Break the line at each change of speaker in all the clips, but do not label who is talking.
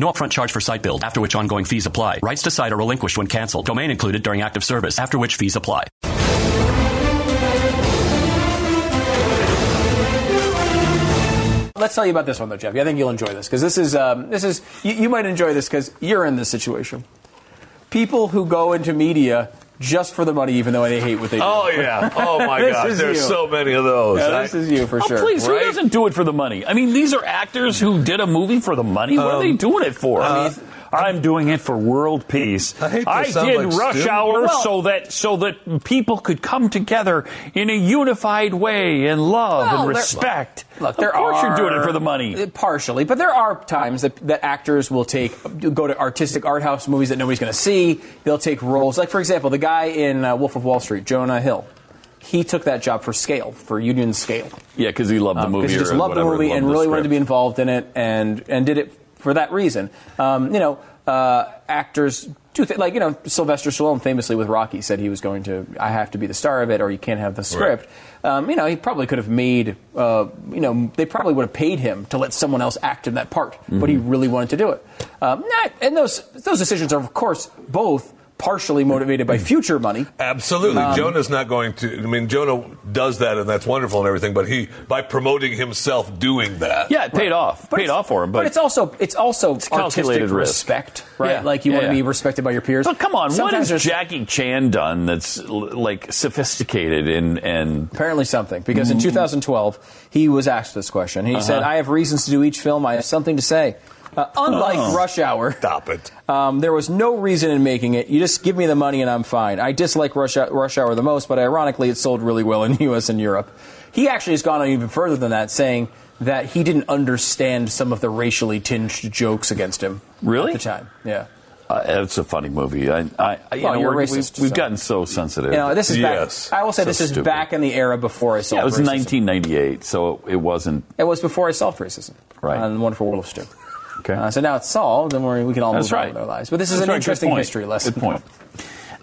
No upfront charge for site build, after which ongoing fees apply. Rights to site are relinquished when canceled. Domain included during active service, after which fees apply.
Let's tell you about this one though, Jeff. I think you'll enjoy this because this is um, this is you, you might enjoy this because you're in this situation. People who go into media just for the money, even though they hate what they do.
Oh yeah! Oh my
This
God!
is
There's
you.
so many of those.
Yeah, this
I-
is you for
Oh,
sure.
please,
right?
who doesn't do it for the money? I mean, these are actors who did a movie for the money. What are they doing it for? I mean, Um, uh, I'm doing it for world peace.
I hate to sound
did
like
rush
Stu.
hour
Well-
so that so that people could come together in a unified way and love
Well,
and
there-
respect.
Look, there
of course
are,
you're doing it for the money.
Uh, Partially, but there are times that, that actors will take go to artistic art house movies that nobody's going to see. They'll take roles like, for example, the guy in uh, Wolf of Wall Street, Jonah Hill. He took that job for scale, for union scale,
yeah, because he
Uh,
loved the
because Um, he just loved the movie and really wanted to be involved in it, and and did it for that reason. Um, you know, uh, actors do th- like you know Sylvester Stallone famously with Rocky said he was going to I have to be the star of it or you can't have the script. Um, you know, he probably could have made uh, you know they probably would have paid him to let someone else act in that part, but he really wanted to do it. Um, not- and those those decisions are of course both partially motivated by future money.
Absolutely. Jonah's not going to. I mean, Jonah does that, and that's wonderful and everything. But he, by promoting himself doing that,
Yeah, it paid off.
it's-
paid off for him, but,
it's also it's also
calculated
artistic
risk.
respect, right?
Yeah.
Like you
Yeah,
want to
yeah.
be respected by your peers.
But come on, what
Sometimes there's
has Jackie Chan done that's l- like sophisticated and and
Apparently something, because
Mm.
in 2012 he was asked this question.
Uh-huh.
He said, "I have reasons to do each film. I have something to say." Uh, unlike
Oh.
Rush Hour,
stop it.
um, there was no reason in making it. You just give me the money and I'm fine. I dislike Rush, Hou- Rush Hour the most, but ironically, it sold really well in the U.S. and Europe. He actually has gone on even further than that, saying that he didn't understand some of the racially tinged jokes against him
Really?
at the time. Yeah.
Uh, it's a funny movie. I, I, I you
Well,
know,
you're
we're-
racist,
we've,
so.
we've gotten so sensitive.
You know, this is
Yes.
back. I will say
So
this is
stupid.
back in the era before I solved
yeah, it was
racism.
1998, so it wasn't
It was before I solved racism.
Right.
On the wonderful world of Stu.
okay.
Uh, so now it's solved, and we're, we can all
That's
move on
right.
with our lives. But this is
That's
an
right. Good
interesting
point.
history lesson.
Good point.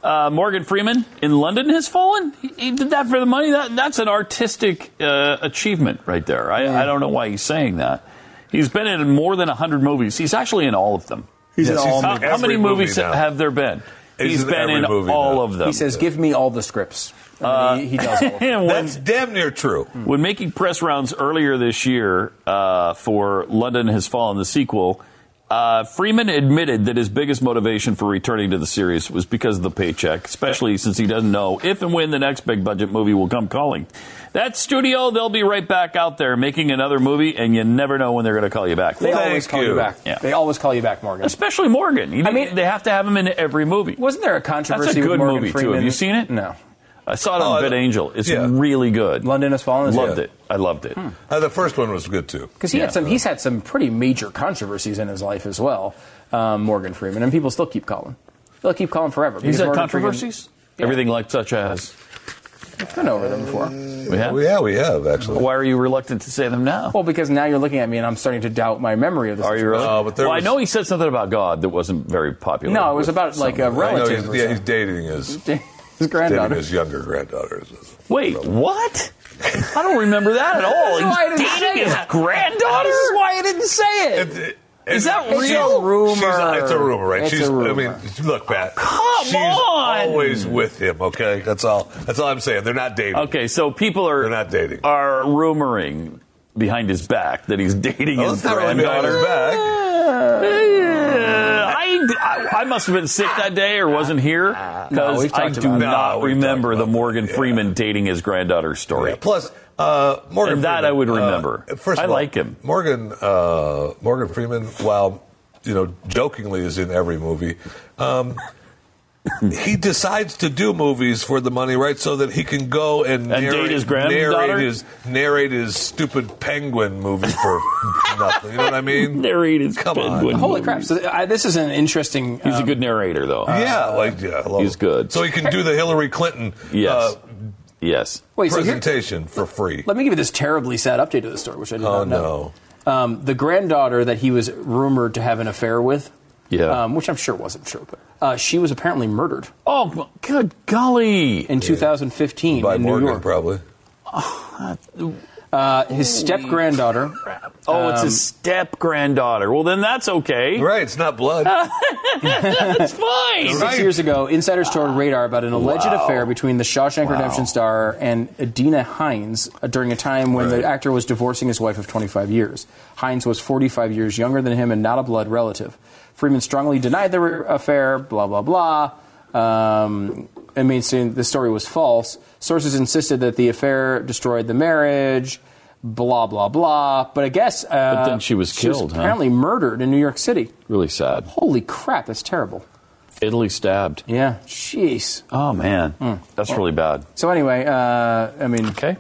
Uh, Morgan Freeman in London has fallen. He, he did that for the money. That, that's an artistic uh, achievement right there. I, I don't know why he's saying that. He's been in more than 100 movies. He's actually in all of them.
He's in all
How,
movies.
how many
Every movie
movies
now.
have there been?
He's
he's
in
been
every
in
movie
all
now.
of them. Uh,
He says, "Give me all the scripts." And then he, he does. All of them.
And when- Hmm.
That's damn near true.
When making press rounds earlier this year uh, for London Has Fallen, the sequel, uh, Freeman admitted that his biggest motivation for returning to the series was because of the paycheck, especially since he doesn't know if and when the next big budget movie will come calling. That studio, they'll be right back out there making another movie, and you never know when they're going to call you back.
They
Thank
always call you,
you.
back.
Yeah.
They always call you back, Morgan.
Especially Morgan. You-
I mean-
they have to have him in every movie.
Wasn't there a controversy
That's a
with
good
Morgan
movie, too.
Freeman?
Have you seen it?
No.
I saw it on
Oh, I-
Vid Angel. It's
yeah.
really good.
London has fallen. is
Loved
it?
it. I loved
Hmm.
it.
Uh, the first one was good too.
Because he had some. He's had some pretty major controversies in his life as well. Um, Morgan Freeman, and people still keep calling. They'll keep calling forever.
He's
because
had
Morgan
controversies. Everything like such as.
Freeman, I've been over them before.
We have?
Well, yeah, we have actually.
Why are you reluctant to say them now?
Well, because now you're looking at me and I'm starting to doubt my memory of this.
are you really?
No, Uh, but there
well,
was-
I know he said something about God that wasn't very popular.
No, it was
with
about like a
some-
I know he's,
relative. or
yeah, he's dating his
something. his
dating
granddaughter.
his younger granddaughter.
Wait, what? I don't remember that at all.
That's why I didn't
He's
say
dating his
that.
granddaughter?
This is why I didn't say it.
It- it-
Is
it-
that
she's-
real?
She's, it's a rumor, right?
It's
she's.
a rumor.
I mean, look, Pat.
Come
she's
on!
always with him. Okay, that's all. That's all I'm saying. They're not dating.
Okay, so people are
They're not dating.
are rumoring behind his back that he's dating
Well,
his
that's not really behind
granddaughter.
his back.
Uh, I I, I must have been sick that day or wasn't here
No,
because
we've
I
talked
do
about it.
not
No, we've
remember
talked
the
about it.
Morgan
Yeah.
Freeman dating his granddaughter story.
Yeah, Plus, uh, Morgan.
And that
Freeman,
I would
uh,
remember.
first,
I
of all,
like him.
Morgan. Uh, Morgan Freeman. While you know, jokingly is in every movie. Um, he decides to do movies for the money, right? So that he can go and,
And date
narrate,
his granddaughter?
narrate his narrate his stupid penguin movie for nothing. You know what I mean?
Narrate his
Come
penguin.
on.
Holy crap! So I, this is an interesting.
He's a
um,
good narrator, though. Uh,
Yeah, like yeah, I love
He's
him.
good.
So he can do the Hillary Clinton
Yes.
uh,
yes.
wait, so here-
presentation for free.
Let me give you this terribly sad update to the story, which I did
Oh,
not know. Um, the granddaughter that he was rumored to have an affair with,
Yeah.
um, which I'm sure wasn't true, but uh, she was apparently murdered
oh, my- good golly.
in 2015
By
in
Morgan,
New York.
probably.
Uh, his step granddaughter.
Oh, it's his step granddaughter. Well, then that's okay.
Um, Right, it's not blood.
That's fine.
Six
Right.
years ago, insiders tore radar about an alleged affair between the Shawshank Redemption star and Adina Hines uh, during a time when the actor was divorcing his wife of 25 years. Hines was 45 years younger than him and not a blood relative. Freeman strongly denied the re- affair, blah, blah, blah. Um, I mean, saying the story was false. Sources insisted that the affair destroyed the marriage, blah, blah, blah. But I guess. Uh,
But then she was killed, huh?
apparently murdered in New York City.
Really sad.
Holy crap, that's terrible.
Italy stabbed.
Yeah, jeez.
Oh, man. That's really bad.
So anyway, uh, I mean,
Okay.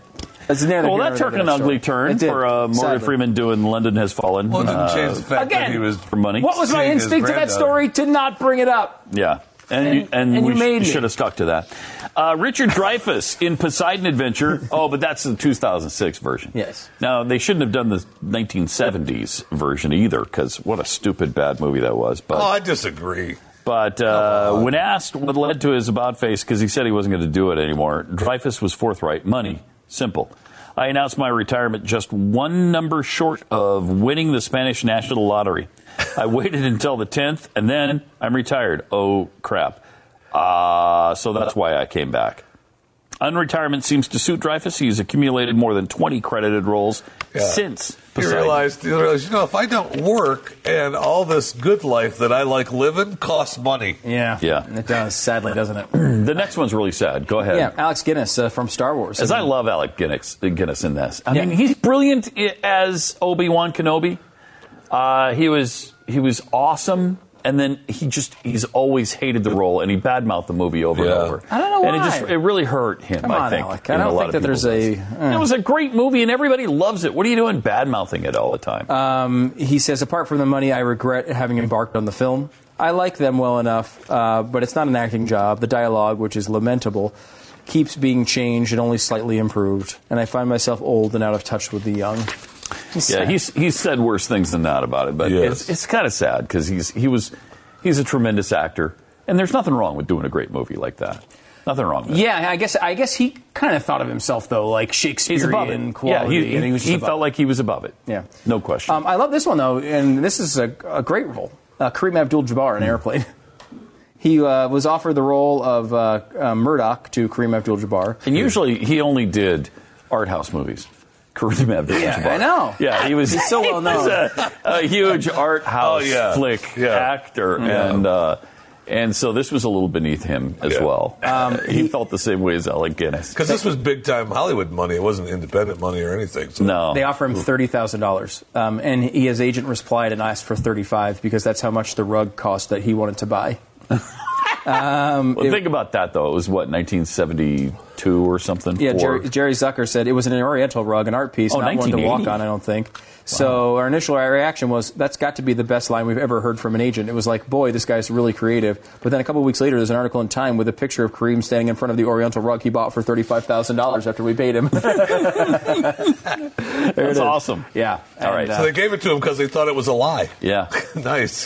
that's neither
Well,
here
that
nor
took
there,
an
that story.
ugly
It
turn
did,
for uh, Morgan
sadly.
Freeman doing London Has Fallen.
Well, it didn't
Uh,
change the fact that
again,
he was
for money.
What was my
Seeing his
instinct to that
granddaughter.
story to not bring it up?
Yeah. And, you,
And-
and,
and
we
you made me.
should have stuck to that. Uh, Richard Dreyfuss in Poseidon Adventure. Oh, but that's the 2006 version.
Yes.
Now, they shouldn't have done the 1970s version either, because what a stupid, bad movie that was. But
Oh, I disagree.
But uh, when asked what led to his about face, because he said he wasn't going to do it anymore, Dreyfus was forthright. Money. Simple. I announced my retirement just one number short of winning the Spanish National Lottery. I waited until the 10th, and then I'm retired. Oh, crap. Uh, so that's why I came back. Unretirement seems to suit Dreyfus. He's accumulated more than 20 credited roles
Yeah.
since.
He
Poseidon.
realized, he realized, you know, if I don't work and all this good life that I like living costs money.
Yeah,
Yeah.
it does. Sadly, doesn't it?
The next one's really sad. Go ahead.
yeah, Alex Guinness uh, from Star Wars.
As I love Alec Guinness, Guinness in this. I
Yeah.
mean, he's brilliant i- as Obi Wan Kenobi. Uh, he was he was awesome, and then he just he's always hated the role, and he badmouthed the movie over
Yeah.
and over.
I don't know
And it just
why.
it really hurt him.
Come
I
on,
think.
Alec. I
in a
don't
lot
think
of
that there's
people's
a-
eyes. it was a great movie, and everybody loves it. What are you doing, badmouthing it all the time?
Uh, he says, apart from the money, I regret having embarked on the film. I like them well enough, uh, but it's not an acting job. The dialogue, which is lamentable, keeps being changed and only slightly improved. And I find myself old and out of touch with the young.
yeah, he's he's said worse things than that about it, but
Yes.
it's it's kind of sad because he's he was he's a tremendous actor, and there's nothing wrong with doing a great movie like that. Nothing wrong. With it.
Yeah, I guess I guess he kind of thought of himself though, like Shakespearean
He's above it.
quality.
Yeah, he,
and was
he,
just
he
above
felt
it.
like he was above it.
Yeah.
No question.
Um, I love this one though, and this is a, a great role. Uh, Kareem Abdul-Jabbar in Airplane. He uh, was offered the role of uh, uh, Murdoch to Kareem Abdul-Jabbar.
and usually he only did art house movies. Kareem Abdul-Jabbar.
Yeah, I know.
Yeah, he was
He's so
he
well
was
known.
a, a huge art house
Oh, yeah.
flick
Yeah.
actor, and uh, and so this was a little beneath him as
Yeah.
well.
Um,
he, felt the same way as Alec Guinness.
Because this was big time Hollywood money. It wasn't independent money or anything. So.
No,
They offer him thirty thousand dollars, um, and he, his agent replied and asked for thirty-five because that's how much the rug cost that he wanted to buy.
Well, think about that though. It was what 1972 or something.
Yeah,
Four.
Jerry, Jerry Zucker said it was an Oriental rug, an art piece,
Oh,
not one to walk
1980.
on. I don't think. So our initial reaction was that's got to be the best line we've ever heard from an agent. It was like, boy, this guy's really creative. But then a couple weeks later, there's an article in Time with a picture of Kareem standing in front of the Oriental rug he bought for thirty-five thousand dollars after we paid him.
That's awesome.
yeah.
All right.
So they gave it to him because they thought it was a lie.
Yeah.
nice.